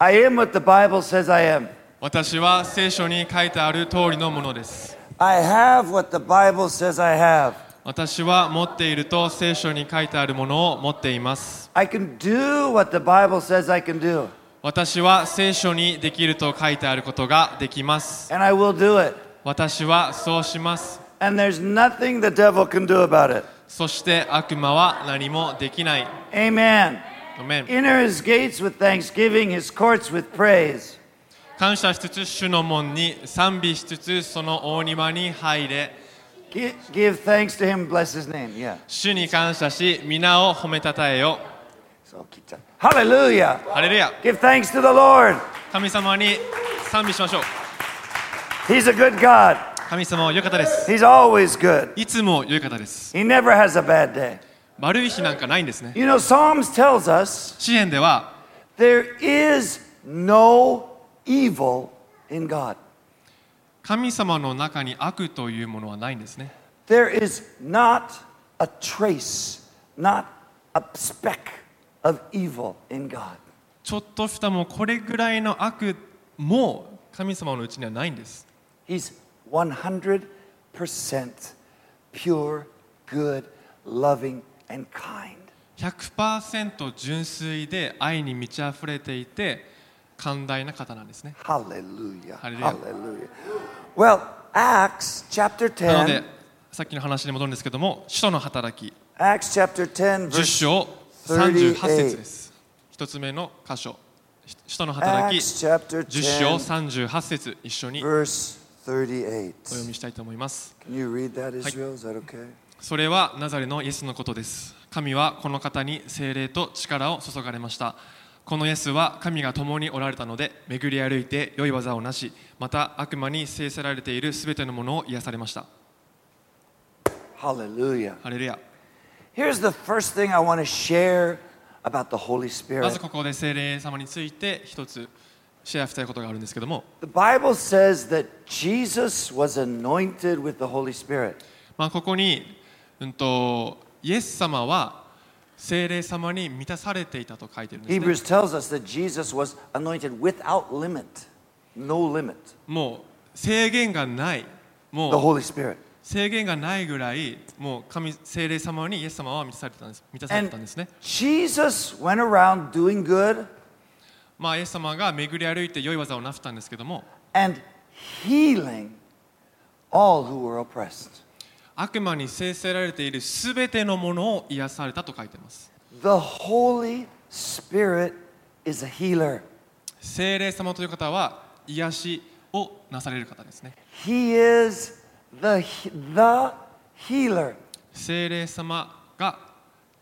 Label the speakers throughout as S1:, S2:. S1: I am what the Bible says I am.
S2: 私は聖書に書いてある通りのものです。
S1: I have what the Bible says I have.
S2: 私は持っていると聖書に書いてあるものを持っています。
S1: I can do what the Bible says I can do,
S2: 私は聖書にできると書いてあることができます。
S1: and I will do it.
S2: 私はそうします。
S1: And there's nothing the devil can do about it.
S2: そして悪魔は何もできない。
S1: Amen.
S2: ごめん。
S1: Enter his gates with thanksgiving, his courts with praise.
S2: 感謝しつつ主の門に賛美しつつその大庭に入れ
S1: Give, give thanks to him, bless his name. Yeah.
S2: 主に感謝し皆を褒めたたえよ
S1: So keep that. Hallelujah.
S2: ハレルヤ
S1: Give thanks to the Lord.
S2: 神様に賛美しましょう
S1: He's a good God.
S2: 神様は良かったです
S1: He's always good.
S2: いつも良かったです
S1: He never has a bad day.
S2: 悪い日なんかないんですね
S1: You know, Psalms tells us
S2: 詩篇では
S1: there is no evil in God.
S2: 神様の中に悪というものはないんですね
S1: There is not a trace, not a speck of evil in God.
S2: ちょっとしたもうこれぐらいの悪も神様のうちにはないんです
S1: He's 100% pure, good, loving, and kind.
S2: 100%純粋で愛に満ち溢れていて寛大な方なんですね
S1: Hallelujah.
S2: Hallelujah.
S1: Hallelujah. Well, Acts chapter
S2: なので
S1: 10,
S2: さっきの話に戻るんですけども使徒の働き
S1: Acts chapter 10,
S2: 10
S1: verse
S2: 章38節です一つ目の箇所使徒の働き
S1: Acts chapter
S2: 10章
S1: 10,
S2: 38節一緒にお
S1: verse 38.
S2: 読みしたいと思います
S1: Can you read that, Israel? Is that okay?
S2: それはナザレのイエスのことです神はこの方に精霊と力を注がれましたこのイエスは神が共におられたので巡り歩いて良い技をなしまた悪魔に制せられているすべてのものを癒されました
S1: Hallelujah.
S2: ハレルヤ
S1: Here's the first thing I want to share about the Holy
S2: まず
S1: Spirit.
S2: ここで聖霊様について一つシェアしたいことがあるんですけども
S1: The Bible says that Jesus was anointed with the Holy Spirit.
S2: まあ、ここに、うん、とイエス様は聖霊様に満たされていたと書いてるんです、ね、
S1: Hebrews tells us that Jesus was anointed without limit, no limit,
S2: もう制限がない
S1: the
S2: もう
S1: Holy Spirit.
S2: 制限がないぐらいもう神聖霊様にイエス様は満たされてたんです満たされてたん
S1: And
S2: ですね、
S1: Jesus went around doing good,
S2: まあ、イエス様が巡り歩いて良い技をなったんですけども
S1: and healing all who were oppressed.
S2: 悪魔に制せられているすべてのものを癒されたと書いてます
S1: The Holy Spirit is a healer.
S2: 聖霊様という方は癒しをなされる方ですね
S1: He is the, he- the healer.
S2: 聖霊様が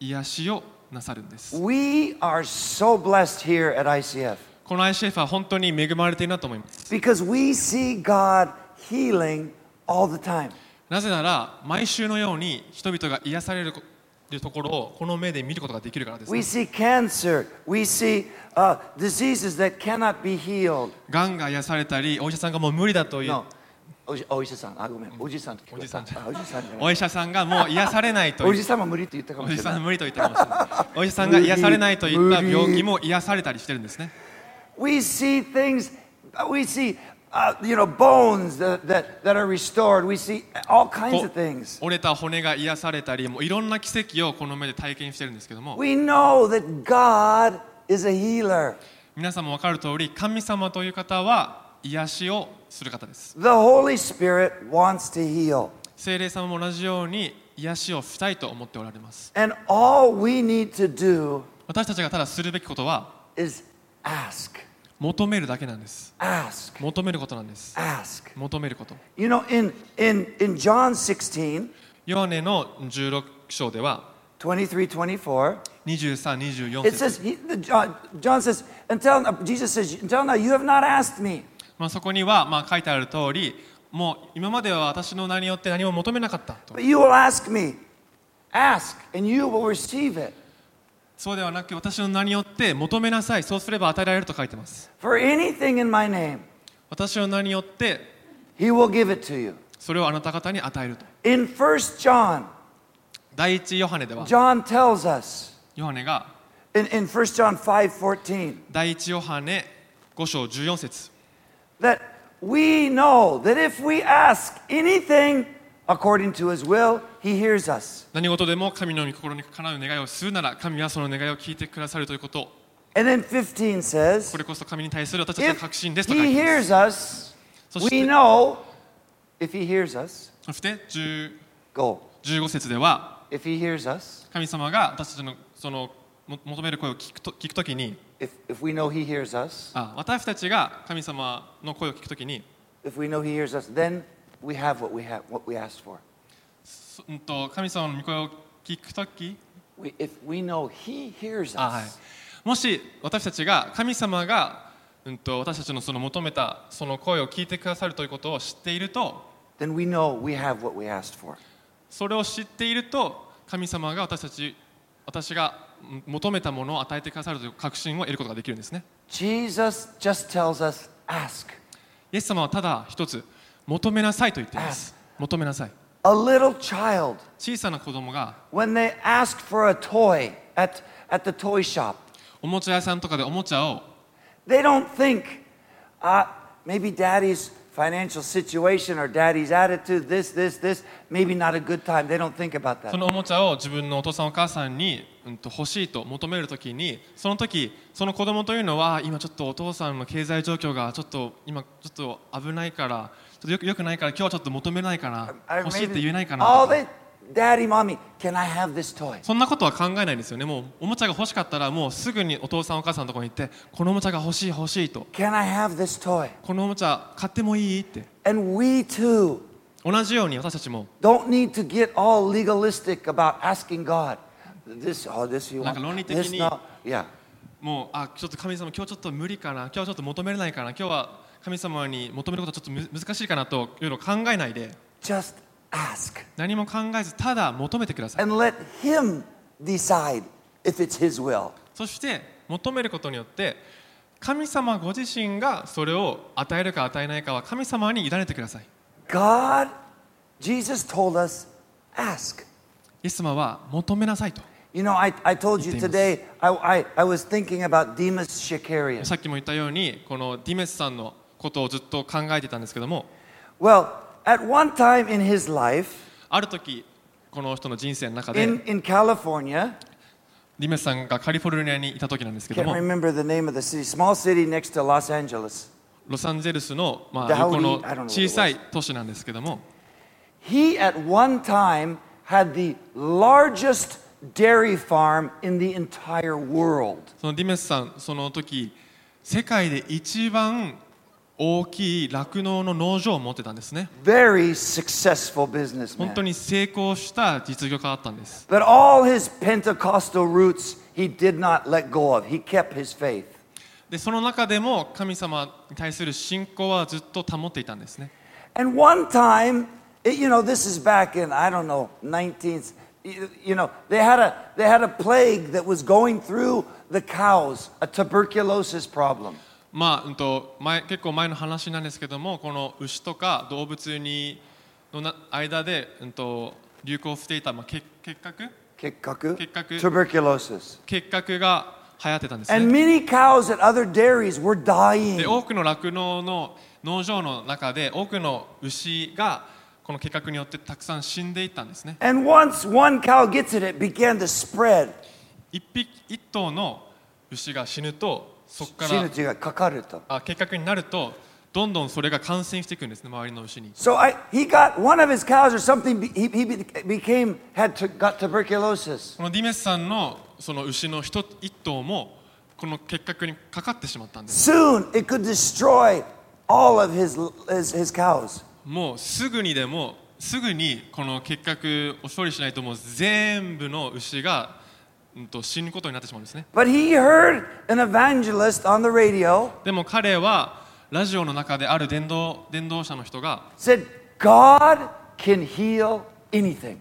S2: 癒しをなさるんです
S1: We are so blessed here at ICF
S2: この ICF は本当に恵まれているなと思います。
S1: because we see God healing all the time.
S2: なぜなら、毎週のように人々が癒されるこるところをこの目で見ることができるからです、
S1: We
S2: ね。
S1: see cancer, we see uh, diseases that cannot be healed.
S2: がんが癒されたり、お医者さんがもう無理だという、
S1: No. おじお医者さん、あ、ごめん、おじさんって聞こえた
S2: おじさん
S1: あおじさんじゃない
S2: お医者さんがもう癒されないと
S1: お
S2: い
S1: じ
S2: う、
S1: さんも無理って言ったか
S2: お
S1: もし
S2: じ
S1: れ
S2: さ
S1: ない。
S2: ん無理と言ってかもしれない。お医者さんが癒されないといった病気も癒されたりしてるんですね。
S1: We see things, we see, uh, you know, bones that, that, that are restored. We see all kinds
S2: こ
S1: of things.
S2: 折れた骨が癒されたり、もういろんな奇跡をこの目で体験してるんですけども、
S1: We know that God is a healer.
S2: 皆さんも分かる通り、神様という方は癒しをする方です。
S1: The Holy Spirit wants to heal.
S2: 聖霊様も同じように癒しをしたいと思っておられます
S1: And all we need to do
S2: 私たちがただするべきことは
S1: is ask,
S2: 求めるだけなんです
S1: ask,
S2: 求めることなんです
S1: ask.
S2: 求めること
S1: You know, in, in, in John 16,
S2: ヨハネの16章では
S1: 23, 24,
S2: 2324
S1: it
S2: 節
S1: says, he, the, John, John says, until, now- Jesus says, until now you have not asked me.
S2: まあ、そこにはまあ書いてある通りもう今までは私の名によって何も求めなかったと
S1: But you will ask me. Ask, and you will receive it.
S2: そうではなく私の名によって求めなさいそうすれば与えられると書いてます
S1: For anything in my name,
S2: 私の名によって
S1: he will give it to you.
S2: それをあなた方に与えると
S1: In 1 John,
S2: 第一ヨハネでは
S1: John tells us,
S2: ヨハネが
S1: in, in 1 John 5 14,
S2: 第一ヨハネ5章14節
S1: that we know that if we ask anything according to his will, he hears us.
S2: 何事でも神の御心にかなう願いをするなら神はその願いを聞いてくださるということ
S1: And then 15
S2: こ
S1: says,
S2: れこそ神に対する私たちの
S1: if
S2: 確信ですと書い
S1: he
S2: ています
S1: hears us,
S2: そして
S1: we know if he hears us,
S2: そして10
S1: go.
S2: 15節では
S1: If he hears us,
S2: 神様が私たちのそのも求める声を聞くと聞くときに
S1: if, if we know he hears us,
S2: あ私たちが神様の声を聞くときに
S1: if we know he hears us, then we have what we have what we asked for.
S2: そうんと神様の御声を聞くとき
S1: We, if we know he hears
S2: あはい
S1: us,
S2: もし私たちが神様が、うん、と私たちのその求めたその声を聞いてくださるということを知っていると
S1: then we know we have what we asked for.
S2: それを知っていると神様が私たち私がうん求めたものを与えてくださるという確信を得ることができるんですね
S1: Jesus just tells us ask.
S2: イエス様はただ一つ求めなさいと言っています求めなさい
S1: A little child
S2: 小さな子供が
S1: when they ask for a toy at, at the toy shop,
S2: おもちゃ屋さんとかでおもちゃを
S1: they don't think, uh, maybe daddy's financial situation or daddy's attitude, this, this, this, maybe not a good time. They don't think about that.
S2: そのおもちゃを自分のお父さんお母さんに、うん、と欲しいと求めるときにその時その子供というのは今ちょっとお父さんの経済状況がちょっと今ちょっと危ないからちょっとよくよくないから今日はちょっと求めないかな
S1: I
S2: 欲しいって言えないか
S1: maybe,
S2: なと
S1: oh,
S2: か
S1: they, daddy, mommy, can I have this toy?
S2: そんなことは考えないんですよねもうおもちゃが欲しかったらもうすぐにお父さんお母さんのところに行ってこのおもちゃが欲しい欲しいと
S1: Can I have this toy?
S2: このおもちゃ買ってもいいって
S1: And we too
S2: 同じように私たちも
S1: don't need to get all legalistic about asking God. This, oh, this you
S2: Like
S1: want.
S2: a lonely
S1: this,
S2: technique.
S1: no. Yeah.
S2: もうあちょっと神様今日ちょっと無理かな今日はちょっと求めれないかな今日は神様に求めることはちょっとむ難しいかなといろいろ考えないで
S1: Just ask.
S2: 何も考えずただ求めてください
S1: and let Him decide if it's His will.
S2: そして求めることによって神様ご自身がそれを与えるか与えないかは神様に委ねてください
S1: God, Jesus told us, ask.
S2: イエス様は求めなさいと
S1: You know, I, I told you
S2: Demas.
S1: today, I, I, I was thinking about Demas
S2: さ
S1: Shikarian.
S2: っきも言ったようにこのディメスさんのことをずっと考えてたんですけども
S1: Well, at one time in his life,
S2: ある時この人の人生の中で
S1: in, in California,
S2: ディメスさんがカリフォルニアにいた時なんですけど
S1: can't
S2: も
S1: remember the name of the city, small city next to Los Angeles.
S2: ロサンゼルスの、まあ、
S1: Dowdy-
S2: 横の
S1: I don't know what it was.
S2: 小さい都市なんですけども
S1: He at one time had the largest dairy farm in the entire world.
S2: そのディメスさんその時世界で一番大きい酪農の農場を持ってたんですね
S1: Very successful businessman.
S2: 本当に成功した実業家だったんです
S1: But all his Pentecostal roots, he did not let go of. He kept his faith.
S2: でその中でも神様に対する信仰はずっと保っていたんですね
S1: And one time, it- you know, this is back in, I don't know, 19th, you, you know, they had, a, they had a plague that was going through the cows, a tuberculosis problem.
S2: まあ、うんと前結構前の話なんですけどもこの牛とか動物にのな間で、うん、と流行していた、まあ、結結核
S1: Kikkaku?
S2: Kikkaku.
S1: Tuberculosis.
S2: 結核が流行ってたんですね
S1: And many cows at other dairies were
S2: で
S1: dying.
S2: 多くの酪農の農場の中で多くの牛がこの結核によってたくさん死んでいったんですね
S1: And once one cow gets it, it began to spread.
S2: 一匹一頭の牛が死ぬとそこから
S1: 死ぬというか、かかると。
S2: あ結核になるとどんどんそれが感染していくんですね周りの牛に
S1: So I, he got one of his cows or something. be- He, he be- became had tu- got tuberculosis.
S2: このディメスさんのその牛の一一頭もこの結核にかかってしまったんです
S1: Soon it could destroy all of his his, his cows.
S2: もうすぐにでもすぐにこの結核を処理しないともう全部の牛が、うん、と死ぬことになってしまうんですね
S1: But he heard an evangelist on the radio
S2: でも彼はラジオの中である伝道伝道者の人が
S1: said, "God can heal anything."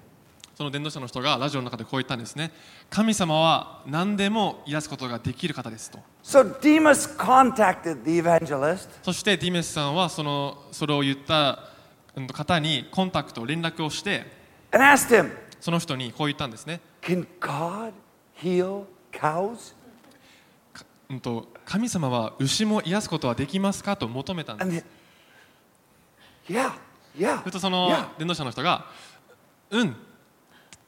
S2: その伝道者の人がラジオの中でこう言ったんですね神様は何でも癒すことができる方ですと
S1: So Demas contacted the evangelist
S2: そしてディメスさんはそのそれを言ったうん方にコンタクト連絡をして
S1: and asked him,
S2: その人にこう言ったんですね
S1: "Can God heal cows?"
S2: うんと神様は牛も癒すことはできますかと求めたんです
S1: And he- yeah, yeah.
S2: するとその
S1: yeah.
S2: 伝道者の人がうん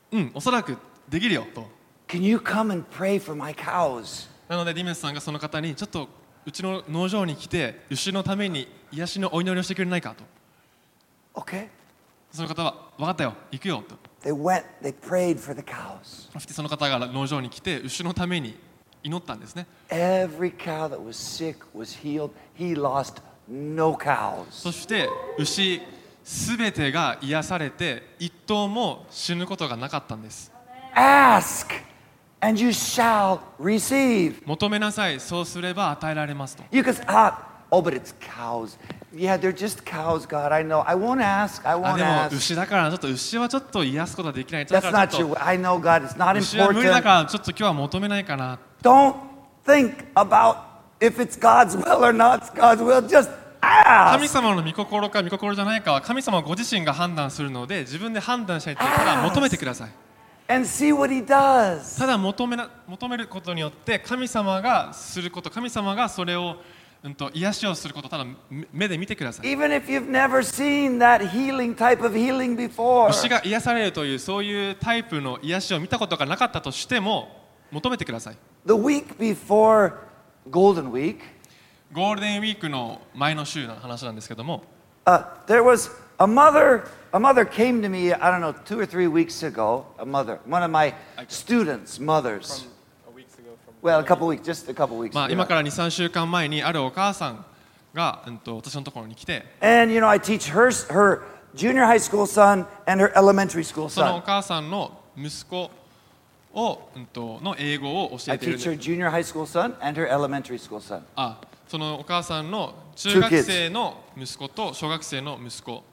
S2: うんおそらくできるよと
S1: Can you come and pray for my cows?
S2: なのでディメスさんがその方にちょっとうちの農場に来て牛のために癒しのお祈りをしてくれないかと
S1: Okay.
S2: その方は分かったよ行くよと
S1: They went, they prayed for the cows.
S2: そしてその方が農場に来て牛のために祈ったんですね
S1: Every cow that was sick was healed. He lost no cows.
S2: そして牛すべてが癒されて一頭も死ぬことがなかったんです
S1: Ask and you shall receive.
S2: 求めなさいそうすれば与えられますと
S1: You can stop. Oh, but it's cows. Yeah, they're just cows, God. I know. I won't ask. I
S2: あ
S1: won't
S2: でも
S1: ask.
S2: 牛だからちょっと牛はちょっと癒すことはできないだ
S1: That's
S2: から
S1: not
S2: ちょっ
S1: your.
S2: と
S1: I know, God. It's not
S2: 牛は無理だ
S1: important.
S2: からちょっと今日は求めないかな
S1: Don't think about if it's God's will or not it's God's will. Just
S2: 神
S1: ask.
S2: 様の御心か御心じゃないかは神様ご自身が判断するので自分で判断したいと言ったら求めてください
S1: and see what he does.
S2: ただ求めな求めることによって神様がすること神様がそれを、うん、と癒しをすることただ目目で見てください
S1: Even if you've never seen that healing type of healing before.
S2: 牛が癒されるというそういうタイプの癒しを見たことがなかったとしても求めてください
S1: The week before Golden Week,
S2: ゴールデンウィークの前の週の話なんですけども
S1: uh, there was a mother. A mother came to me, I don't know, two or three weeks ago. A mother, one of my students' mothers. Well, a couple weeks, just a couple weeks
S2: まあ、
S1: ago.
S2: 今から23週間前にあるお母さんが、うん、と私のところに来て
S1: And you know, I teach her her junior high school son and her elementary school
S2: そのお
S1: son.
S2: 母さんの息子を、うん、との英語を教
S1: I
S2: えているん
S1: teach
S2: で
S1: her
S2: す
S1: junior high school son and her elementary school son.
S2: あそのお母さんの中学生の息子と小学生の息子
S1: One-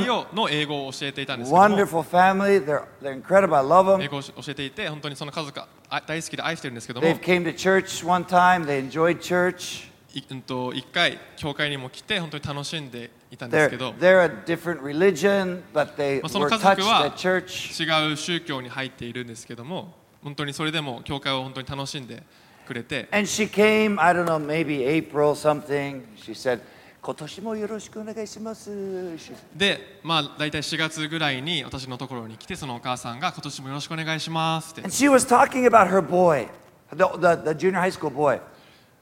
S2: 2人をの英語を教えていたんですけども
S1: Wonderful family. They're they're incredible. I love
S2: 英
S1: them.
S2: 語を教えていて本当にその家族があ大好きで愛してるんですけども
S1: They came to church one time. They enjoyed church.
S2: いうんと1回教会にも来て本当に楽しんでいたんです
S1: They're
S2: けど
S1: they're a different religion, but they
S2: まあ、その
S1: were
S2: 家族
S1: touched
S2: は
S1: at church.
S2: 違う宗教に入っているんですけども本当にそれでも教会を本当に楽しんでくれて
S1: And she came. I don't know, maybe April something. She said, "今年もよろしくお願いします." She
S2: でまあ大体4月ぐらいに私のところに来てそのお母さんが今年もよろしくお願いしますって
S1: And she was talking about her boy, the, the, the junior high school boy.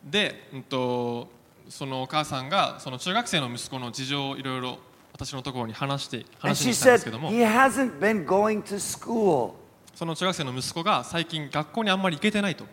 S2: で、うん、とそのお母さんがその中学生の息子の事情をいろいろ私のところに話して
S1: And
S2: 話
S1: she
S2: にしたん
S1: said,
S2: ですけども
S1: he hasn't been going to school.
S2: その中学生の息子が最近学校にあんまり行けてないと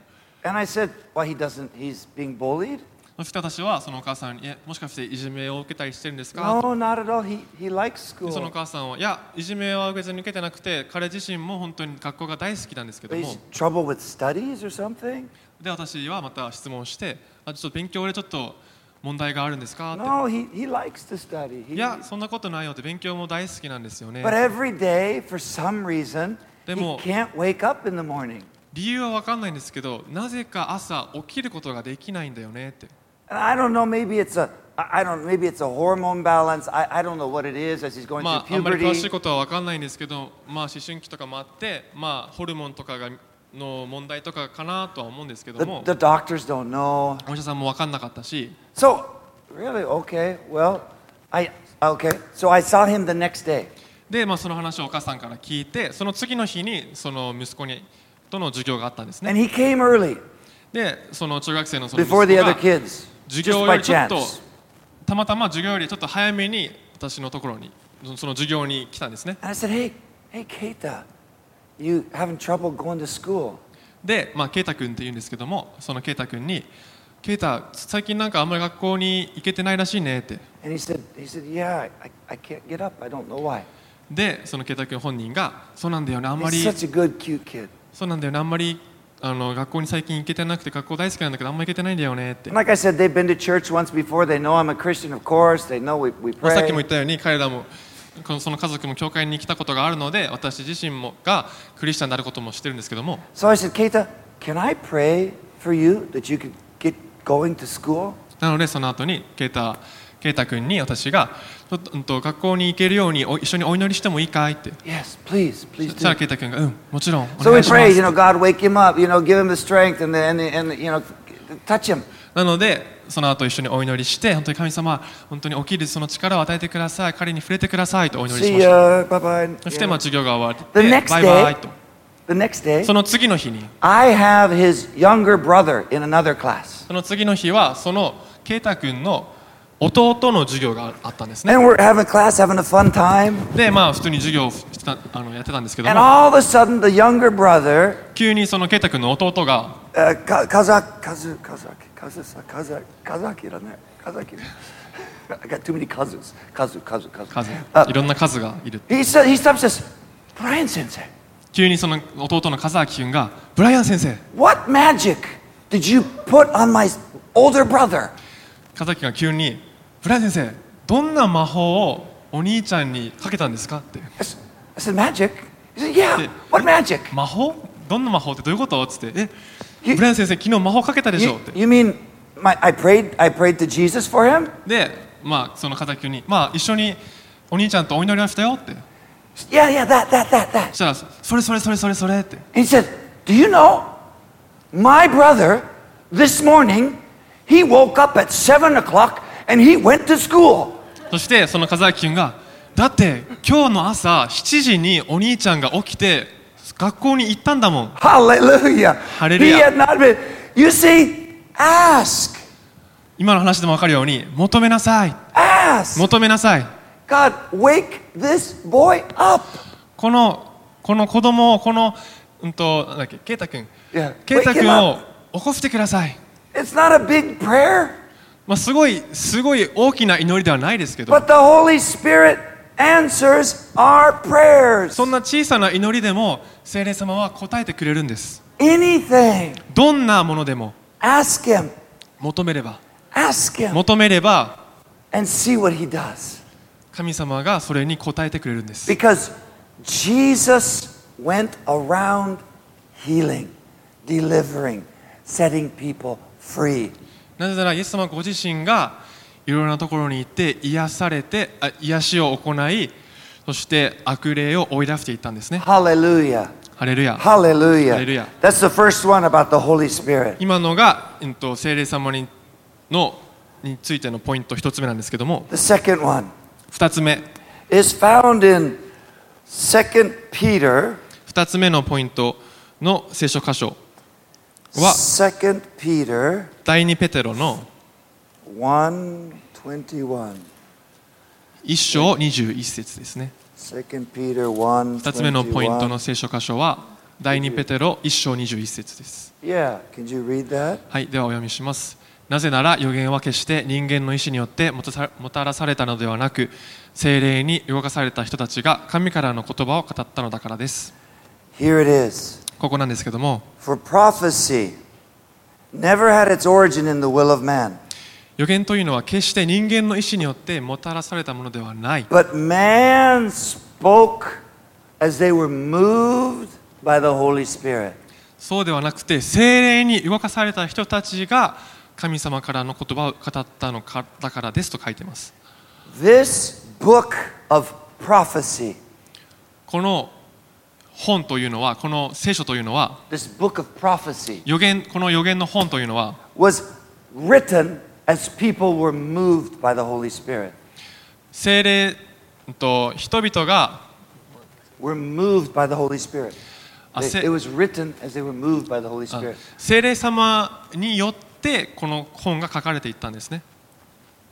S1: And I said, well, he doesn't, he's being bullied?
S2: そして私はそのお母さんにえもしかしていじめを受けたりしてるんですか
S1: No, not at all. He, he likes
S2: でそのお
S1: school.
S2: 母さんはいやいじめは別に受けてなくて彼自身も本当に学校が大好きなんですけど
S1: But
S2: も
S1: he's trouble with studies or something?
S2: で私はまた質問してあちょっと勉強でちょっと問題があるんですかって
S1: No, he, he likes to study. He,
S2: いやそんなことないよって勉強も大好きなんですよね
S1: but every day, for some reason, he
S2: でも-
S1: can't wake up in the morning.
S2: 理由は分かんないんですけどなぜか朝起きることができないんだよねって
S1: And I don't know, maybe it's a, I I don't, maybe it's a hormone balance. I, I don't know what it is as he's going
S2: ま
S1: through
S2: ああんまり
S1: puberty.
S2: 詳しいことは分かんないんですけどまあ思春期とかもあってまあホルモンとかがの問題とかかなとは思うんですけど
S1: The,
S2: も
S1: the doctors don't know.
S2: お医者さんも分かんなかったし
S1: So, really, okay, well, I, okay. So I saw him the next day.
S2: でまあその話をお母さんから聞いてその次の日にその息子にとの授業があったんですね
S1: And he came early,
S2: でその中学生のその息子
S1: before the other
S2: が
S1: kids, just
S2: 授業よ
S1: by
S2: りちょっと
S1: chance.
S2: たまたま授業よりちょっと早めに私のところにそその授業に来たんですね
S1: And I said, hey, hey, Keita, you having trouble going to school?
S2: で、まあ、ケイタ君って言うんですけどもそのケイタ君に「ケイタ最近なんかあんまり学校に行けてないらしいね」って
S1: And he said, he said, yeah, I, I can't get up. I don't know why.
S2: でそのケイタ君本人が「そうなんだよねあんま
S1: He's
S2: り
S1: such a good, cute kid.
S2: そうなんだよねあんまりあの学校に最近行けてなくて学校大好きなんだけどあんまり行けてないんだよね」って、
S1: And
S2: ま
S1: like I said, they've been to church once before. They know I'm a Christian, of course. They know we, we
S2: あさっきも
S1: pray.
S2: 言ったように彼らもこのその家族も教会に来たことがあるので私自身もがクリスチャンであることも知ってるんですけども
S1: So I said, Keita, can I pray for you that you could get going to school?
S2: なのでその後にケイタケイタ君に私がちょっと、うんと、学校に行けるようにお一緒にお祈りしてもいいかいって
S1: Yes, please,
S2: そ
S1: please
S2: し
S1: do.
S2: たらケイタ君が「うんもちろんお
S1: So
S2: 願
S1: we
S2: いしま
S1: pray,
S2: す
S1: you」know, God, wake him up, you know, give him the strength and the, and the, and the you know, touch him.
S2: なのでその後一緒にお祈りして本当に神様本当に起きるその力を与えてください彼に触れてくださいとお祈り
S1: See
S2: しました
S1: ya. Bye bye.
S2: そしてまあ授業が終わっ
S1: The
S2: て
S1: next
S2: バイバ
S1: day,
S2: イと
S1: the next day,
S2: その次の日に
S1: I have his younger brother in another class.
S2: その次の日はその圭太君の弟の授業があったんですね
S1: And we're having class, having a fun time.
S2: でまあ普通に授業をしてたあのやってたんですけど
S1: And
S2: も
S1: all of a sudden, the younger brother,
S2: 急にその圭太君の弟が
S1: uh, Ka- Kazak, Kazu, Kazak, Kazusa, Kazak, Kazaki, doesn't it? Kazaki. I got too many Kazus. Kazu, Kazu, Kazu.
S2: 数
S1: Uh,
S2: いろんな数がいる
S1: he, said, he stops and says, Brian sensei,
S2: 急にその弟の和明君が「ブライアン先生
S1: what magic did you put on my older brother?
S2: 和明君が急に「ブライアン先生どんな魔法をお兄ちゃんにかけたんですか?」って
S1: I s- I said, magic? He said, yeah,
S2: Yeah.
S1: what magic?
S2: 「魔法どんな魔法ってどういうこと?」っつって「
S1: You-
S2: えブライアン先生昨日魔法かけたでしょ」っ
S1: You,
S2: て
S1: you mean my, I prayed I prayed to Jesus for him?
S2: でまあその和明君に「まあ一緒にお兄ちゃんとお祈りはしたよ」って
S1: Yeah, yeah, that, that, that, that.
S2: そしたら「それそれそれそれそれ」って
S1: He said, Do you know? My brother, this morning, he woke up at seven o'clock and he went to school.
S2: そしてその和明君が「だって今日の朝7時にお兄ちゃんが起きて学校に行ったんだもん」
S1: Hallelujah. He
S2: Hallelujah.
S1: had not been. You see, ask,
S2: 今の話でも分かるように求めなさい
S1: ask.
S2: 求めなさい
S1: God, wake this boy up.
S2: このこの子供をこのうんとなんだっけ圭太君
S1: Yeah.
S2: 圭太
S1: Wake
S2: 君
S1: him
S2: を起こしてください、
S1: It's not a big prayer,
S2: まあ、すごいすごい大きな祈りではないですけど
S1: but the Holy Spirit answers our prayers.
S2: そんな小さな祈りでも聖霊様は答えてくれるんです
S1: Anything.
S2: どんなものでも
S1: Ask him.
S2: 求めれば
S1: Ask him
S2: 求めれば
S1: and see what he does.
S2: 神様がそれに答えてくれるんです
S1: Because Jesus went around healing, delivering, setting people free.
S2: なぜならイエス様ご自身がいろいろなところに行って癒されてあ癒しを行いそして悪霊を追い出していったんですね
S1: Hallelujah.
S2: ハレルヤ
S1: Hallelujah.
S2: Hallelujah.
S1: That's the first one about the Holy Spirit.
S2: 今のが、うん、と聖霊様にのについてのポイント一つ目なんですけども
S1: The second one
S2: 二つ目
S1: is found in 2 Peter,
S2: 二つ目のポイントの聖書箇所は
S1: 2 Peter
S2: 第二ペテロの
S1: 1:21.
S2: 一章二十一節ですね
S1: 2 Peter 1.
S2: 二つ目のポイントの聖書箇所は第二ペテロ一章二十一節です
S1: Yeah, can you read that?
S2: はいではお読みしますなぜなら予言は決して人間の意志によってもたさもたらされたのではなく精霊に動かされた人たちが神からの言葉を語ったのだからです
S1: Here it is.
S2: ここなんですけども
S1: For prophecy never had its origin in the will of man,
S2: 予言というのは決して人間の意志によってもたらされたものではない
S1: but man spoke as they were moved by the Holy Spirit.
S2: そうではなくて精霊に動かされた人たちが神様からの言葉を語ったのかだからですと書いてます
S1: This book of prophecy,
S2: この本というのはこの聖書というのは
S1: this book of prophecy,
S2: 予言この予言の本というのは
S1: was written as people were moved by the Holy Spirit.
S2: 精霊うんと人々が
S1: Were moved by the Holy Spirit.
S2: あ
S1: They-
S2: せ
S1: it was written as they were moved by the Holy
S2: あ
S1: Spirit.
S2: 精霊様によってこの本が書かれていったんですね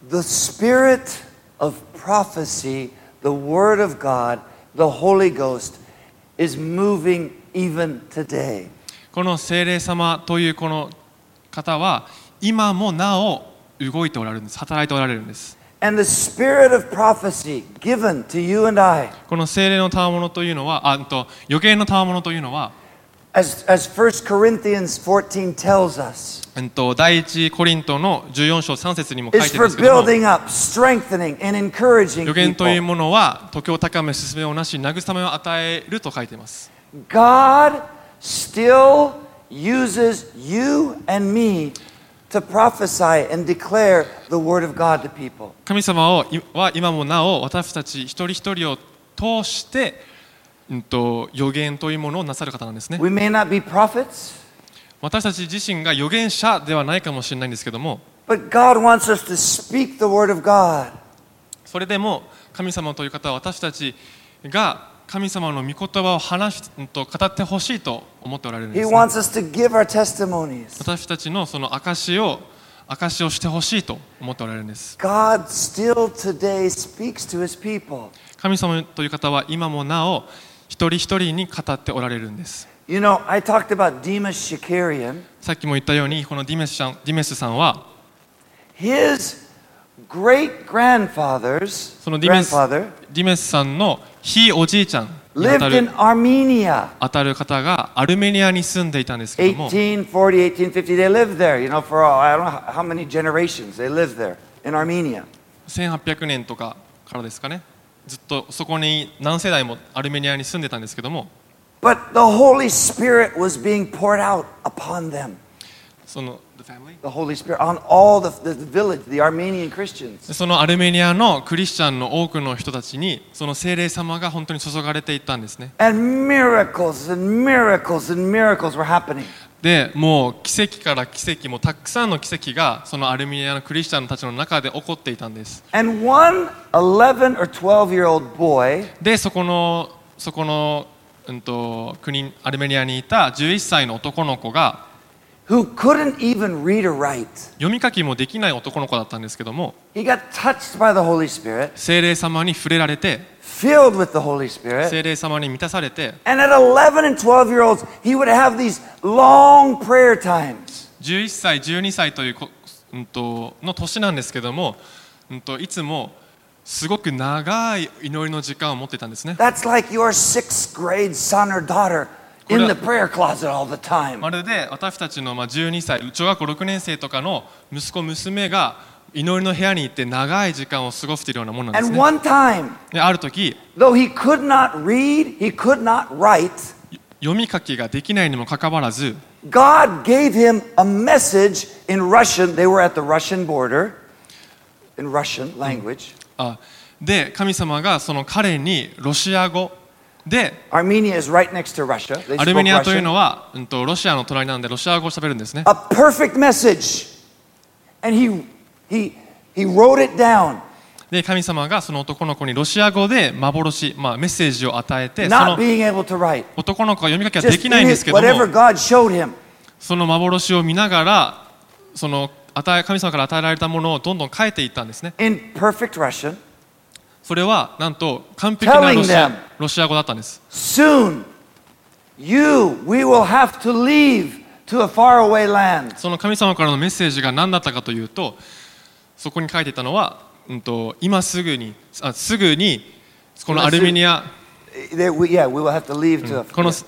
S1: The spirit of prophecy, the word of God, the Holy Ghost is moving even today.
S2: この聖霊様というこの方は今もなお動いておられるんです働いておられるんです
S1: And the spirit of prophecy given to you and I,
S2: この聖霊の賜物というのはあうんと予言の賜物というのは、
S1: as, as 1 Corinthians 14 tells us,
S2: うん、と第一コリントの14章3節にも書い
S1: is
S2: てるん
S1: for
S2: ですけども
S1: building up, strengthening, and encouraging
S2: 予言とい
S1: people.
S2: うものは時を高め進めをなし慰めを与えると書いています
S1: God still uses you and me to prophesy and declare the word of God to people.
S2: 神様をいは今もなお私たち一人一人を通して、うん、と予言というものをなさる方なんですね
S1: We may not be prophets.
S2: 私たち自身が預言者ではないかもしれないんですけども
S1: But God wants us to speak the Word of God.
S2: それでも神様という方は私たちが神様の御言葉を話しと語ってほしいと思っておられるんで
S1: He
S2: す、ね、
S1: wants us to give our testimonies.
S2: 私たちのその証しを証しをしてほしいと思っておられるんです
S1: God still today speaks to His people.
S2: 神様という方は今もなお一人一人に語っておられるんです
S1: You know, I talked about Demas Shakarian.
S2: さっきも言ったようにこのディメスさんディメスさんは
S1: His great grandfathers,
S2: そのディメス
S1: grandfather,
S2: ディメスさんのひいおじいちゃんにあた
S1: lived in
S2: る
S1: Armenia,
S2: 当たる方がアルメニアに住んでいたんですけども
S1: 1840, 1850. They lived there, you know, for all, I don't know how many generations they lived there in Armenia.
S2: 1800年とかからですかねずっとそこに何世代もアルメニアに住んでたんですけども
S1: But the Holy Spirit was being poured out upon them.
S2: その
S1: The Holy Spirit on all the, the village, the Armenian Christians.
S2: そのアルメニアのクリスチャンの多くの人たちにその聖霊様が本当に注がれていったんですね
S1: And miracles and miracles and miracles were happening.
S2: でもう奇跡から奇跡もうたくさんの奇跡がそのアルメニアのクリスチャンたちの中で起こっていたんです
S1: And one 11 or 12 year old boy
S2: でそこのそこの、うん、と国アルメニアにいた11歳の男の子が
S1: who couldn't even read or write,
S2: 読み書きもできない男の子だったんですけども
S1: he got touched by the Holy Spirit,
S2: 精霊様に触れられて
S1: filled with the Holy Spirit.
S2: 精霊様に満たされて
S1: And at 11 and 12 year olds, he would have these long prayer times.
S2: 11歳12歳というこ、うん、との年なんですけども、うん、といつもすごく長い祈りの時間を持ってたんですね
S1: That's like your sixth grade son or daughter in
S2: これは-
S1: the prayer closet all the time.
S2: まるで私たちのまあ12歳小学校6年生とかの息子娘が祈りの部屋に行って長い時間を過ごしているようなものなんです
S1: And
S2: ね
S1: one time,
S2: である時
S1: though he could not read, he could not write,
S2: 読み書きができないにもかかわらず
S1: God gave him a message in Russian. They were at the Russian border, in Russian language.
S2: あで神様がその彼にロシア語で
S1: Armenia is right next to Russia. They
S2: ア
S1: spoke
S2: ルメニアという
S1: Russian.
S2: のは、うん、とロシアの隣なんでロシア語を喋るんですね
S1: A perfect message. And he, he, he wrote it down,
S2: で神様がその男の子にロシア語で幻、まあ、メッセージを与えてそ
S1: not
S2: の
S1: being able to write.
S2: 男の子が読み書きがで
S1: Just
S2: き
S1: in
S2: ないんで
S1: his,
S2: すけど
S1: whatever
S2: も
S1: God showed him.
S2: その幻を見ながらその与え神様から与えられたものをどんどん書いていったんですね
S1: In perfect Russian,
S2: それはなんと完璧なロシ
S1: Telling them.
S2: アロシア語だったんです
S1: soon you, we will have to leave to a faraway land.
S2: その神様からのメッセージが何だったかというとそこに書いていたのは、うん、と今すぐにあすぐにこのアルメニア
S1: They- Eh, we- yeah, we will have to leave to
S2: こ
S1: a,
S2: のす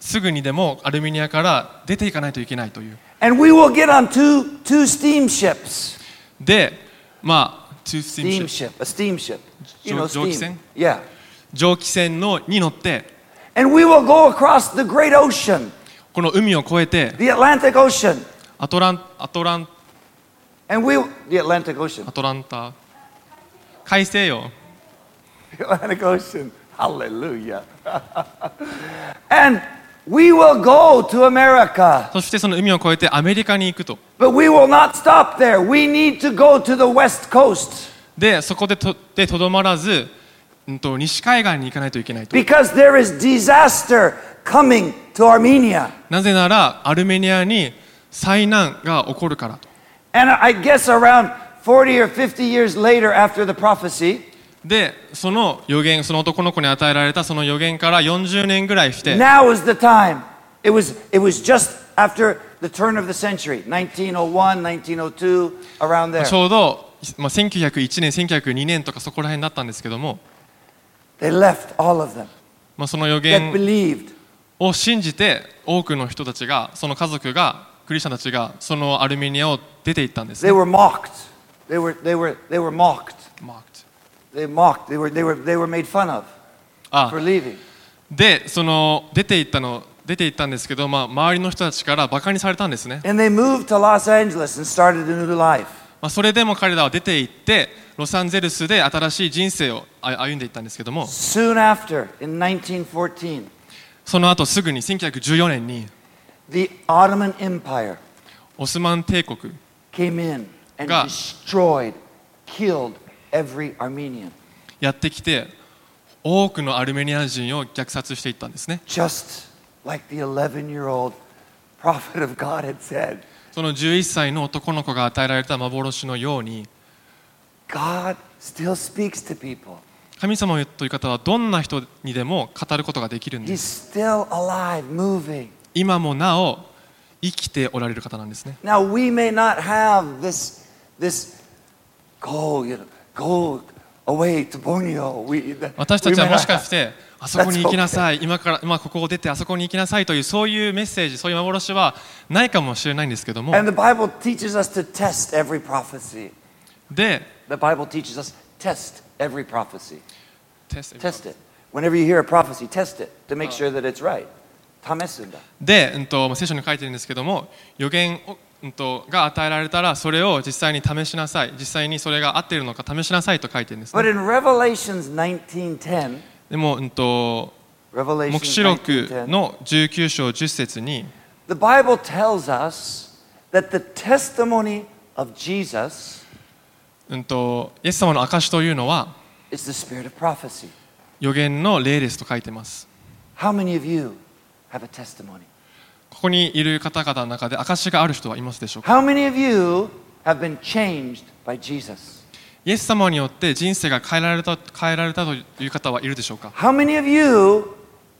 S2: すぐにでもアルメニアから出ていかないといけないという
S1: And we will get on two, two steamships.
S2: でまあ two steamship
S1: Steamship, a steamship. You
S2: Jo-
S1: know,
S2: jockey
S1: steam.
S2: thing?
S1: Yeah.
S2: 蒸気船のに乗って
S1: And we will go across the great ocean,
S2: この海を越えて
S1: the Atlantic Ocean.
S2: アトランアトラン
S1: And we, the Atlantic Ocean.
S2: アトランタ海西洋
S1: The Atlantic Ocean. Hallelujah. and we will go to America.
S2: そしてその海を越えてアメリカに行くと
S1: But we will not stop there. We need to go to the West Coast
S2: でそこでとでとどまらず、うん、と西海岸に行かないといけないと
S1: because there is disaster coming to Armenia.
S2: なぜならアルメニアに災難が起こるからと
S1: And I guess around 40 or 50 years later, after the prophecy,
S2: でその予言その男の子に与えられたその予言から40年ぐらいして
S1: now is the time. It was, it was just after the turn of the century, 1901, 1902, around there.
S2: ちょうど、まあ、1901年1902年とかそこら辺だったんですけども、
S1: They left all of them
S2: まあ、その予
S1: that
S2: 言
S1: believed.
S2: を信じて多くの人たちがその家族がクリスチャンたちがそのアルメニアを出て行ったんです、
S1: They
S2: ね、
S1: were mocked. They were, they were, they were mocked.
S2: Marked
S1: They mocked. They were, they were, they were made fun of
S2: あ
S1: for leaving.
S2: でその出て行ったの出て行ったんですけど、まあ、周りの人たちからバカにされたんですね、
S1: And they moved to Los Angeles and started a new life.
S2: まあ、それでも彼らは出て行ってロサンゼルスで新しい人生をあ歩んでいったんですけども
S1: Soon after, in 1914,
S2: その後すぐに1914年に
S1: the Ottoman Empire
S2: オスマン帝国
S1: came in and
S2: God.
S1: destroyed, killed every Armenian
S2: やってきて多くのアルメニア人を虐殺していったんですね
S1: just like the 11 year old prophet of God had said,
S2: その11歳の男の子が与えられた幻のように
S1: God still speaks to people.
S2: 神様という方はどんな人にでも語ることができるんで
S1: He's
S2: す
S1: still alive, moving.
S2: 今もなお生きておられる方なんですね
S1: Now we may not have this this go, you know, go away to Borneo. We, the,
S2: 私た
S1: we
S2: ち
S1: may
S2: はも
S1: not
S2: しか
S1: have,
S2: してあそこに行きなさい今から今ここを出てあそこに行きなさいというそういうメッセージそういう幻はないかもしれないんですけども
S1: and the Bible teaches us to test every prophecy.
S2: で
S1: The Bible teaches us test every prophecy.
S2: テスト
S1: Test it. Whenever you hear a prophecy, test it to make sure that it's right. Tamesunda.
S2: で、うんとまあ聖書に書いてるんですけども予言を、うん、とが与えられたらそれを実際に試しなさい実際にそれが合っているのか試しなさいと書いてるんです、
S1: But
S2: ね、
S1: in Revelations 19:10,
S2: でも、うん、と黙
S1: Revelation
S2: 示録
S1: 19:10,
S2: の19章10節に
S1: the Bible tells us that the testimony of Jesus
S2: うんとイエス様の証というのは
S1: is the spirit of prophecy.
S2: 予言の霊ですと書いてます
S1: How many of you have a testimony?
S2: ここにいる方々の中で証がある人はいますでしょうか
S1: How many of you have been changed by Jesus?
S2: イエス様によって人生が変えられた変えられたという方はいるでしょうか
S1: How many of you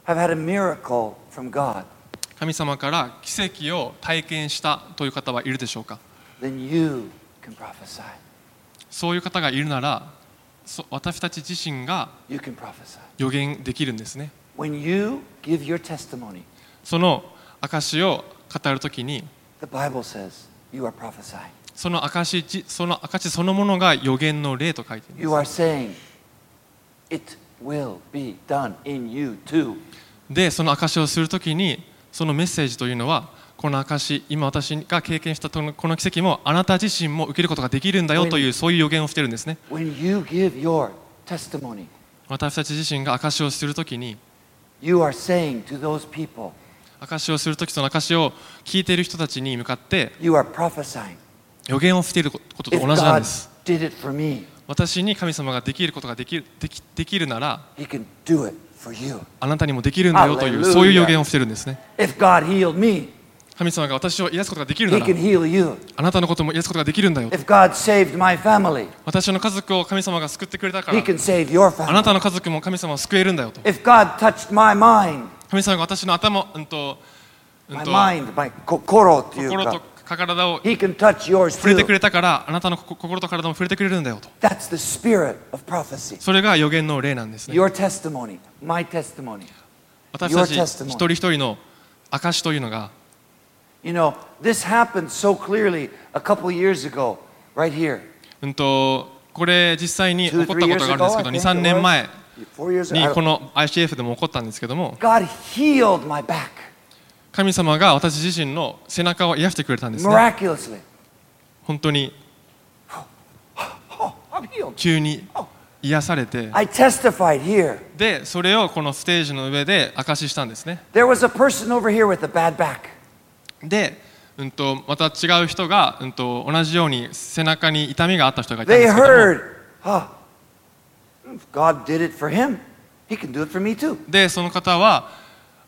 S1: have had a miracle from God?
S2: 神様から奇跡を体験したという方はいるでしょうか
S1: Then you can prophesy.
S2: そういう方がいるならそ私たち自身が
S1: You can prophesy.
S2: 予言できるんですね
S1: When you give your testimony,
S2: その証を語るときに
S1: the Bible says you are prophesying.
S2: その証じその証そのものが予言の霊と書いていま
S1: You are saying, It will be done in you too.
S2: すでその証をするときにそのメッセージというのはこの証今私が経験したこのこの奇跡もあなた自身も受けることができるんだよというそういう予言をしてるんですね
S1: When you give your testimony,
S2: 私たち自身が証をするときに
S1: you are saying to those people,
S2: 証をするときその証を聞いている人たちに向かって
S1: You are prophesying.
S2: 予言をしていることと
S1: If
S2: 同じなん
S1: God
S2: です
S1: did it for me,
S2: 私に神様ができることができるできできるなら
S1: He can do it for you.
S2: あなたにもできるんだよという
S1: Hallelujah
S2: そういう予言をしてるんですね
S1: If God healed me,
S2: 神様が私を癒すことができる
S1: He
S2: なら
S1: can heal you.
S2: あなたのことも癒すことができるんだよ
S1: If God saved my family,
S2: 私の家族を神様が救ってくれたか
S1: He
S2: ら
S1: can save your
S2: あな
S1: family.
S2: たの家族も神様を救えるんだよと
S1: If God touched my mind,
S2: 神様が私の頭うんとうん
S1: my
S2: と
S1: mind, my kokoro
S2: 心と
S1: to
S2: 体を
S1: He can touch yours
S2: 触れてく
S1: too.
S2: れたからあなたの心と体も触れてくれるんだよと
S1: That's the spirit of prophecy.
S2: それが予言の例なんですね
S1: Your testimony, my testimony.
S2: 私た
S1: Your
S2: ち
S1: testimony.
S2: 一人一人の証というのが
S1: You know, this happened so clearly a couple years ago, right here.
S2: うんとこれ実際に起
S1: Two,
S2: こ
S1: three
S2: ったこと
S1: years
S2: があるんで
S1: ago,
S2: す
S1: I
S2: けど
S1: think
S2: 23
S1: it
S2: 年前
S1: was. Four years
S2: に
S1: ago.
S2: この ICF でも起こったんですけども
S1: God healed my back
S2: 神様が私自身の背中を癒してくれたんですね
S1: miraculously.
S2: 本当に
S1: Oh, I'm healed.
S2: 急に癒されて
S1: I testified here.
S2: でそれをこのステージの上で証ししたんですね
S1: There was a person over here with a bad back.
S2: で、うん、とまた違う人が、うん、と同じように背中に痛みがあった人がいたん
S1: They
S2: ですけども
S1: heard, huh, if God did it for him. He can do it for me too.
S2: でその方は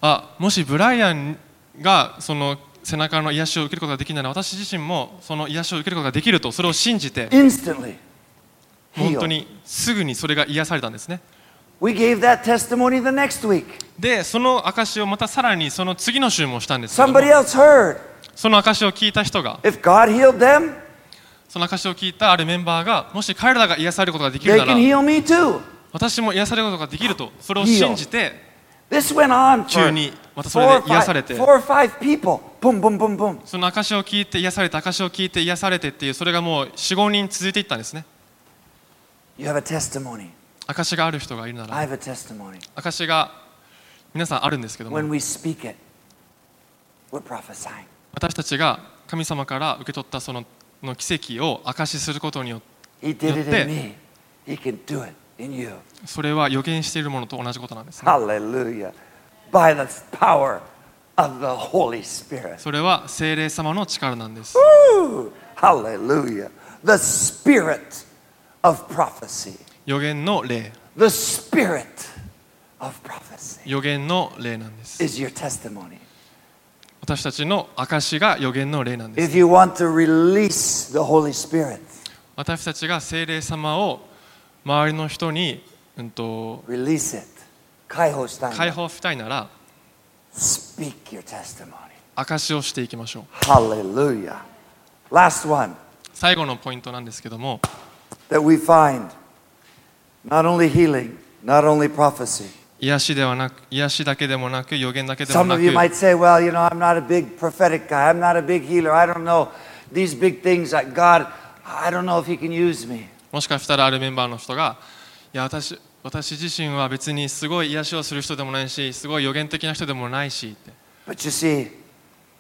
S2: あもしブライアンがその背中の癒しを受けることができるなら私自身もその癒しを受けることができるとそれを信じて
S1: Instantly.
S2: 本当
S1: Healed.
S2: にすぐにそれが癒されたんですね
S1: We gave that testimony the next week.
S2: でその証をまたさらにその次の週もしたんですけども
S1: Somebody else heard.
S2: その証を聞いた人が
S1: If God healed them,
S2: その証を聞いたあるメンバーがもし彼らが癒されることができる
S1: they
S2: なら
S1: can heal me too.
S2: 私も癒されることができるとそれを信じて
S1: This went on
S2: 急
S1: for
S2: にまたそ
S1: four or,
S2: れで癒
S1: five,
S2: されて
S1: four or five people. Boom, boom, boom, boom.
S2: その証を聞いて癒されて証を聞いて癒されてっていうそれがもう45人続いていったんですね
S1: You have a testimony.
S2: 証がある人がいるな
S1: I have
S2: ら
S1: a testimony.
S2: 証が皆さんあるんですけども
S1: When we speak it, we're prophesying.
S2: 私たちが神様から受け取ったそのの奇跡を証しすることによって
S1: He did it
S2: Yotte.
S1: in me. He can do it in you.
S2: それは予言しているものと同じことなんですね
S1: Hallelujah. By the power of the Holy Spirit.
S2: それは精霊様の力なんです
S1: Woo! Hallelujah. The spirit of prophecy.
S2: 予言の霊
S1: The spirit of prophecy
S2: 予言の霊なんです
S1: is your testimony.
S2: 私たちの証が予言の霊なんです
S1: If you want to release the Holy Spirit,
S2: 私たちが精霊様を周りの人に、うん、と
S1: release it. Kaiho
S2: 解放したいなら
S1: Speak your testimony.
S2: 証をしていきましょう
S1: Hallelujah. Last one
S2: 最後のポイントなんですけども
S1: that we find not only healing, not only prophecy.
S2: 癒しではなく癒しだけでもなく予言だけでも
S1: Some
S2: な
S1: of you
S2: く
S1: might say, well, you know, I'm not a big prophetic guy. I'm not a big healer. I don't know these big things that God, I don't know if He can use me.
S2: もしかしたらあるメンバーの人がいや私私自身は別にすごい癒しをする人でもないしすごい予言的な人でもないしって
S1: But you see,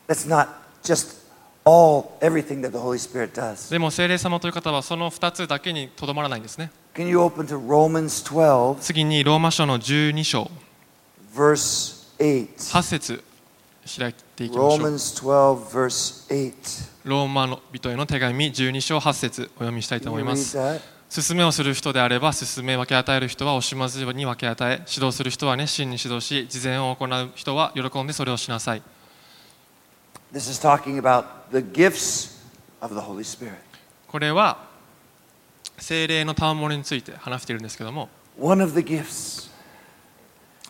S1: that's not just all, everything that the Holy Spirit does.
S2: でも精霊様という方はその2つだけにとどまらないんですね
S1: Can you open to Romans 12,
S2: 次にローマ書の12章
S1: verse 8?
S2: 8節開いていきましょう
S1: Romans 12, verse 8.
S2: ローマの人への手紙12章8節お読みしたいと
S1: Can
S2: 思
S1: you
S2: い
S1: read
S2: ます
S1: that?
S2: 勧めをする人であれば勧め分け与える人は惜しまずに分け与え指導する人は熱心に指導し事前を行う人は喜んでそれをしなさい
S1: This is talking about the gifts of the Holy Spirit.
S2: これは精霊の賜物について話しているんですけども
S1: One of the gifts.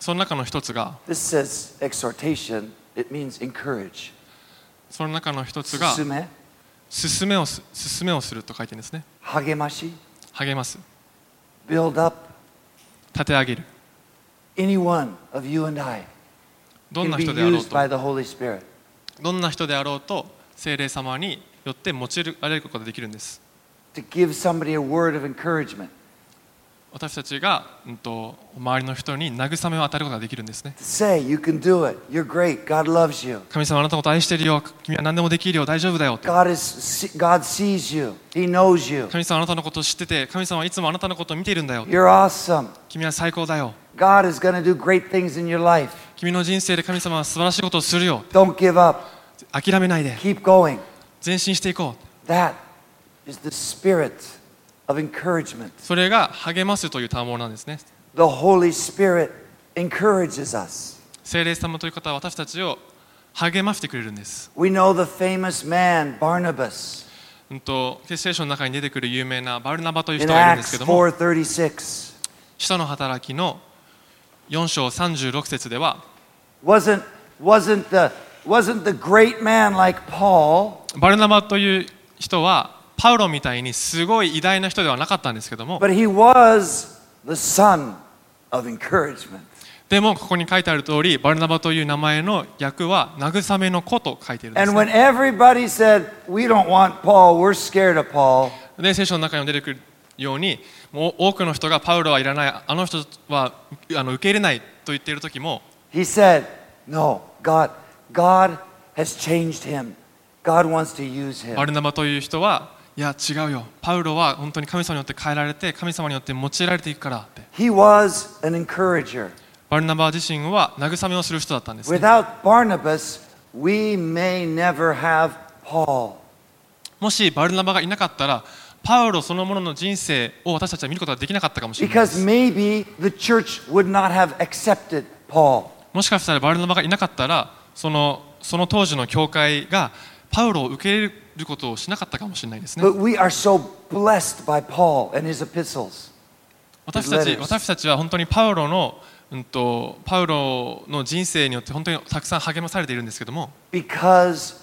S2: その中の一つが
S1: This says exhortation. It means encourage.
S2: その中の一つが
S1: 勧め、
S2: 勧めをす勧めをすると書いてるんですね
S1: 励まし、
S2: 励ます
S1: build up.
S2: 立て上げる
S1: Any one of you and I
S2: どん
S1: can
S2: な
S1: be
S2: 人であろう
S1: used
S2: と
S1: by the Holy Spirit.
S2: どんな人であろうと精霊様によって用いられることができるんです
S1: To give somebody a word of encouragement,
S2: 私たちが、うん、と周りの人に慰めを与えることができるんですね
S1: to say, You can do it. You're great. God loves you.
S2: 神様あなたのこと愛してるよ君は何でもできるよ大丈夫だよって
S1: God, is, see- God sees you. He knows you.
S2: 神様あなたのことを知ってて神様はいつもあなたのことを見ているんだよ
S1: You're awesome.
S2: 君は最高だよ
S1: God is going to do great things in your life.
S2: 君の人生で神様は素晴らしいことをするよ
S1: Don't give up.
S2: 諦めないで
S1: Keep going.
S2: 前進していこう
S1: That is the spirit of encouragement.
S2: それが励ますという単語なんですね
S1: The Holy Spirit encourages us.
S2: 精霊様という方は私たちを励ましてくれるんです
S1: We know the famous man Barnabas
S2: うんと聖書の中に出てくる有名なバルナバという
S1: in
S2: 人がいるんですけ
S1: Acts
S2: ども
S1: 4:36.
S2: 使徒の働きの4章36節では
S1: Wasn't wasn't the wasn't the great man like Paul,
S2: バルナバという人はパウロみたいにすごい偉大な人ではなかったんですけども
S1: but he was the son of encouragement.
S2: でもここに書いてある通りバルナバという名前の訳は慰めの子と書いているんです
S1: And
S2: ね、
S1: when everybody said, "We don't want Paul. We're scared of Paul."
S2: で聖書の中にも出てくるようにもう多くの人がパウロはいらないあの人はあの受け入れないと言っている時も
S1: He said, "No, God God has changed him. God wants to use
S2: バ
S1: him."
S2: ルナバという人はいや違うよパウロは本当に神様によって変えられて神様によって用いられていくからって
S1: He was an encourager.
S2: バルナバ自身は慰めをする人だったんです、ね、
S1: Without Barnabas, we may never have Paul.
S2: もしバルナバがいなかったらパウロそのものの人生を私たちは見ることができなかったかもしれないで
S1: Because
S2: す
S1: maybe the church would not have accepted Paul.
S2: もしかしたらバルナバがいなかったらそのその当時の教会がパウロを受け入れることをしなかったかもしれないですね
S1: But we are so blessed by Paul and his epistles.
S2: 私た
S1: His
S2: ち
S1: letters.
S2: 私たちは本当にパウロの、うん、とパウロの人生によって本当にたくさん励まされているんですけども
S1: Because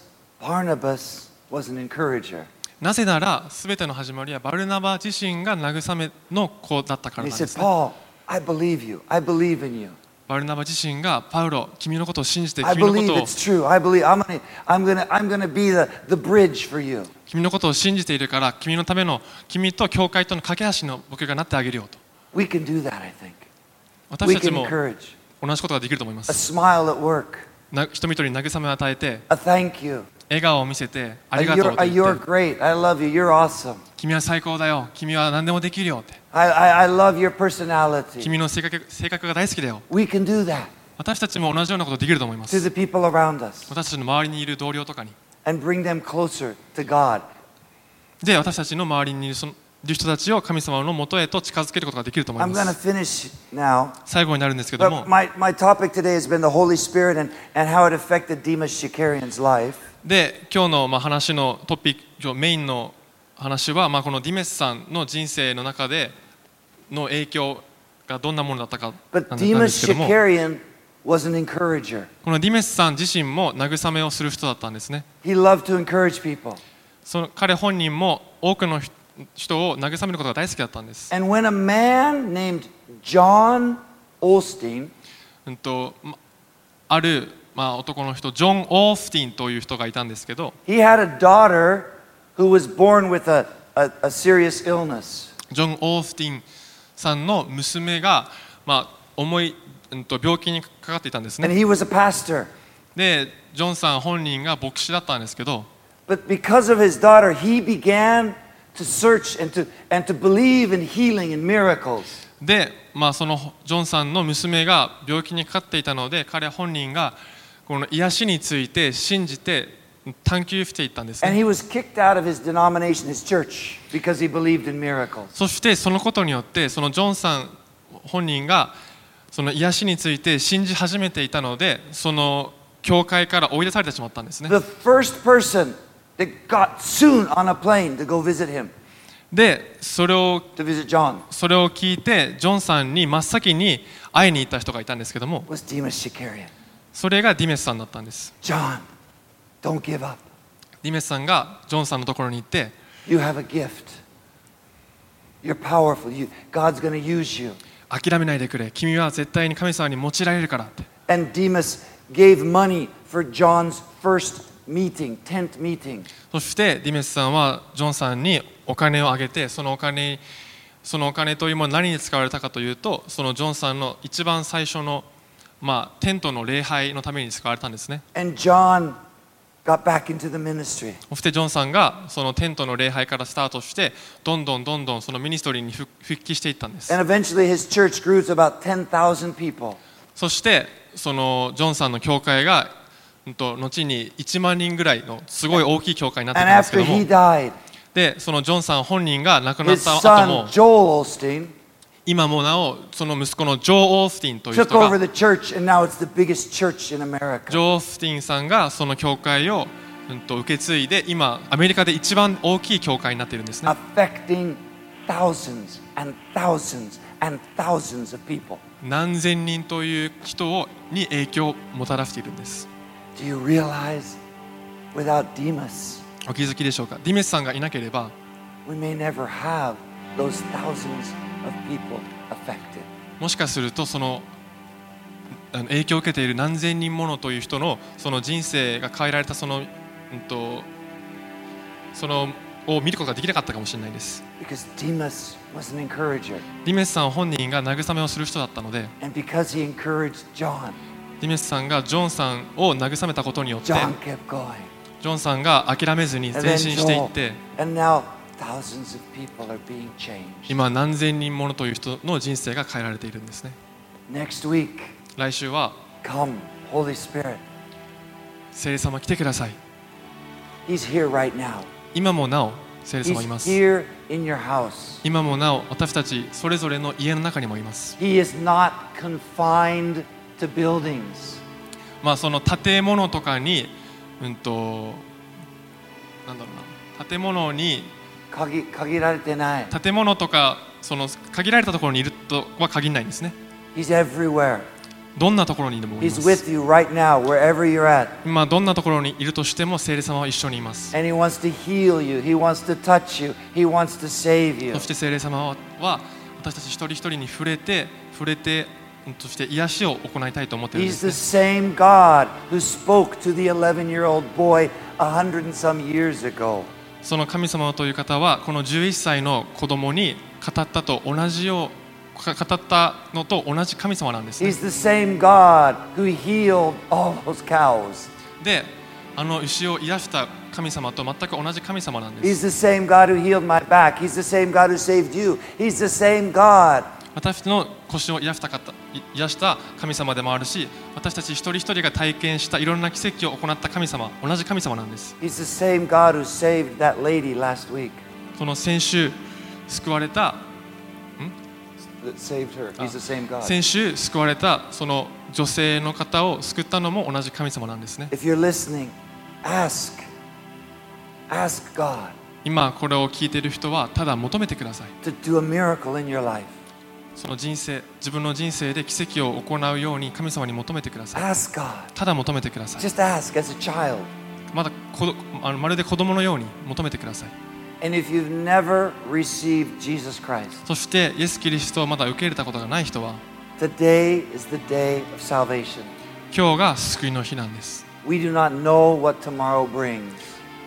S1: Barnabas was an encourager.
S2: なぜなら全ての始まりはバルナバ自身が慰めの子だったか
S1: And
S2: ら
S1: he
S2: なんで
S1: said,
S2: す、ね、
S1: Paul, I believe you. I believe in you.
S2: バルナバ自身がパウロ君のことを信じて
S1: I
S2: 君のこ
S1: believe
S2: とを
S1: it's true. I believe I'm gonna I'm gonna I'm gonna be the, the bridge for you.
S2: 君のことを信じているから君のための君と教会との架け橋の僕がなってあげるよと
S1: We can do that, I think.
S2: 私
S1: We
S2: たち
S1: can
S2: も
S1: encourage.
S2: 同じことができると思いま
S1: A
S2: す
S1: smile at work.
S2: な人々に慰めを与えて
S1: A thank you.
S2: 笑顔を見せてあ
S1: A
S2: りがとう
S1: you're,
S2: と
S1: a
S2: 言
S1: you're
S2: って
S1: great. I love you. You're awesome.
S2: 君は最高だよ君は何でもできるよって
S1: I, I, I love your personality.
S2: 君の性格性格が大好きだよ
S1: We can do that.
S2: 私たちも同じようなことできると思いま
S1: to
S2: す
S1: the people around us
S2: 私たちの周りにいる同僚とかに
S1: and bring them closer to God.
S2: で私たちの周りにいるそのいる人たちを神様のもとへと近づけることができると思い
S1: I'm going
S2: ま
S1: to
S2: す
S1: finish now.
S2: 最後になるんですけども
S1: But my, my topic today has been the Holy Spirit and, and how it affected Demas Shikarian's life.
S2: で今日のまあ話のトピックメインの話は、まあ、このディメスさんの人生の中での影響がどんなものだったかなん
S1: But
S2: なんで
S1: Demas
S2: すけども
S1: Shikarian was an encourager.
S2: このディメスさん自身も慰めをする人だったんですね
S1: He loved to encourage people.
S2: その彼本人も多くの人人を慰めることが大好きだったんです
S1: And when a man named John Olstein
S2: うんとまある、まあ、男の人ジョン・オースティンという人がいたんですけど
S1: He had a daughter who was born with a, a, a serious illness.
S2: ジョン・オースティンさんの娘が、まあ、重い、うん、と病気にかかっていたんですね
S1: And he was a pastor.
S2: でジョンさん本人が牧師だったんですけど
S1: But because of his daughter, he began to search and to, and to believe in healing and miracles.
S2: で、まあ、そのジョンさんの娘が病気にかかっていたので彼本人がこの癒しについて信じて探求していったんです、
S1: And
S2: ね、
S1: he was kicked out of his denomination, his church, because he believed in miracles.
S2: そしてそのことによってそのジョンさん本人がその癒しについて信じ始めていたのでその教会から追い出されてしまったんですね
S1: The first person that got soon on a plane to go visit him,
S2: でそれを
S1: to visit John,
S2: それを聞いてジョンさんに真っ先に会いに行った人がいたんですけども
S1: was Demas Shikarian.
S2: それがディメスさんだったんです
S1: John, don't give up.
S2: ディメスさんがジョンさんのところに行って
S1: You have a gift. You're powerful. You, God's going to use you.
S2: 諦めないでくれ君は絶対に神様に用いられるからって
S1: And Demas gave money for John's first meeting, tent meeting.
S2: そしてディメスさんはジョンさんにお金をあげてそのお金そのお金というものは何に使われたかというとそのジョンさんの一番最初の、まあ、テントの礼拝のために使われたんですね
S1: And John got back into the ministry.
S2: そしてジョンさんがそのテントの礼拝からスタートしてどんどんどんどんそのミニストリーに復復帰していったんです
S1: And eventually his church grew to about 10,000 people.
S2: そしてそのジョンさんの教会がうんと後に1万人ぐらいのすごい大きい教会になってた
S1: And
S2: んですけ
S1: after
S2: ど
S1: he
S2: も
S1: died,
S2: でそのジョンさん本人が亡くなっ
S1: his
S2: た後
S1: son
S2: も
S1: Joel Olstein
S2: 今もなおその息子のジョー・オースティンという
S1: took
S2: 人
S1: over
S2: が
S1: the church, and now it's the biggest church in
S2: ジ
S1: America.
S2: ョー・オースティンさんがその教会を、うん、と受け継いで今アメリカで一番大きい教会になっているんですね
S1: Affecting thousands and thousands and thousands of people.
S2: 何千人という人をに影響をもたらしているんです
S1: Do you realize without Demas,
S2: お気づきでしょうかディメスさんがいなければ
S1: we may never have those thousands of people affected?
S2: もしかするとそのあの影響を受けている何千人ものという人のその人生が変えられたその,、うん、とそのを見ることができなかったかもしれないです
S1: Because Demas was an encourager.
S2: ディメスさん本人が慰めをする人だったので
S1: And because he encouraged John,
S2: ディメスさんがジョンさんを慰めたことによって
S1: John kept going.
S2: ジョンさんが諦めずに
S1: And
S2: 前
S1: then
S2: 進していっ
S1: Joel.
S2: て
S1: And now thousands of people are being changed.
S2: 今何千人ものという人の人生が変えられているんですね
S1: Next week,
S2: 来週は
S1: come, Holy Spirit.
S2: 聖霊様来てください
S1: He's here right now.
S2: 今もなお聖霊様いま
S1: He's
S2: す
S1: here in your house.
S2: 今もなお私たちそれぞれの家の中にもいます
S1: He is not confined to buildings.
S2: まあその建物とかにうんとなんだろうな建物に
S1: 限限られてない。
S2: 建物とかその限られたところにいるとは限らないんですね
S1: He's everywhere.
S2: どんなところにでもいま
S1: He's
S2: す
S1: with you right now, wherever you're at.
S2: 今どんなところにいるとしても聖霊様は一緒にいます
S1: And He wants to heal you. He wants to touch you. He wants to save you.
S2: そして聖霊様は私たち一人一人に触れて触れてうんそして癒しを行いたいと思っているんで
S1: He's
S2: すね
S1: the same God who spoke to the 11 year old boy a hundred and some years ago.
S2: その神様という方はこの11歳の子供に語ったと同じようか語ったのと同じ神様なんですね
S1: He's the same God who healed all those cows.
S2: であの牛を癒した神様と全く同じ神様なんです
S1: He's the same God who healed my back. He's the same God who saved you. He's the same God.
S2: 私たちの腰を癒したかったい癒した神様でもあるし私たち一人一人が体験したいろんな奇跡を行った神様同じ神様なんです
S1: He's the same God who saved that lady last week
S2: その先週救われた
S1: that saved her. He's the same God.
S2: 先週救われたその女性の方を救ったのも同じ神様なんですね
S1: If you're listening, ask. Ask God
S2: 今これを聞いている人はただ求めてください
S1: to do a miracle in your life.
S2: その人生自分の人生で奇跡を行うように神様に求めてください
S1: Ask God.
S2: ただ求めてください
S1: Just ask as a child.
S2: まだこあのまるで子供のように求めてください
S1: And if you've never received Jesus Christ,
S2: そしてイエス・キリストをまだ受け入れたことがない人は
S1: today is the day of salvation.
S2: 今日が救いの日なんです
S1: We do not know what tomorrow brings.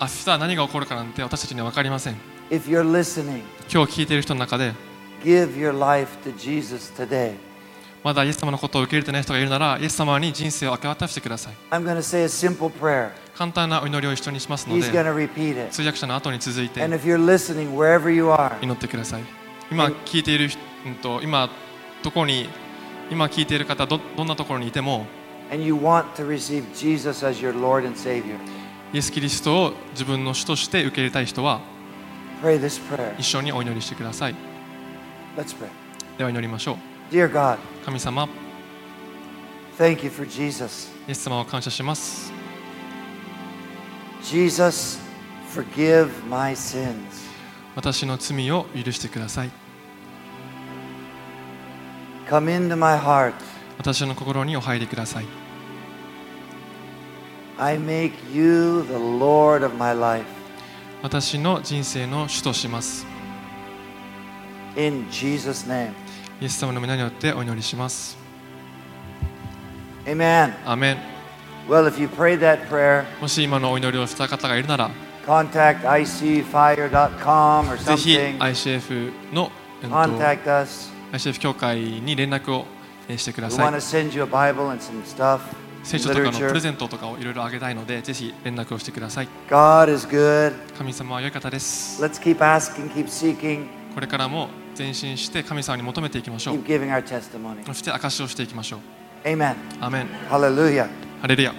S2: 明日何が起こるかなんて私たちには分かりません
S1: If you're listening,
S2: 今日聞いている人の中で
S1: give your life to Jesus today.
S2: まだイエス様のことを受け入れてない人がいるならイエス様に人生を明け渡してください
S1: I'm going to say a simple prayer.
S2: 簡単なお祈りを一緒にしますの
S1: He's
S2: で
S1: going to repeat it.
S2: 通訳者の後に続い
S1: And
S2: て
S1: if you're listening, wherever you are,
S2: 祈ってください今聞いている人うんと今どこに今聞いている方どどんなところにいても
S1: and you want to receive Jesus as your Lord and Savior,
S2: イエス・キリストを自分の主として受け入れたい人は
S1: pray this prayer.
S2: 一緒にお祈りしてください
S1: Let's pray.
S2: では祈りましょ
S1: Dear God,
S2: う神様
S1: thank you for Jesus.
S2: イエス様を感謝します
S1: Jesus, forgive my sins.
S2: 私の罪を許してください
S1: Come into my heart.
S2: 私の心にお入りください
S1: I make you the Lord of my life.
S2: 私の人生の主とします
S1: In Jesus' name.
S2: イエス様の皆によってお祈りします
S1: Amen.
S2: アーメン
S1: Well, if you prayed that prayer,
S2: もし今のお祈りをした方がいるなら
S1: contact icfire.com or
S2: ぜひ
S1: something.
S2: ICF の、えっと
S1: Contact us.
S2: ICF 協会に連絡をえーしてくだ
S1: We
S2: さ
S1: want
S2: い
S1: to send you a Bible and some stuff,
S2: 聖
S1: and
S2: 書とかのプレ
S1: literature.
S2: ゼントとかをいろいろあげたいのでぜひ連絡をしてください
S1: God is good.
S2: 神様は良い方です
S1: Let's keep asking, keep seeking,
S2: これからも前進して神様に求めていきましょう
S1: keep giving our testimony.
S2: そして証しをしていきましょう
S1: Amen.
S2: アーメン
S1: Hallelujah.
S2: ハレルヤ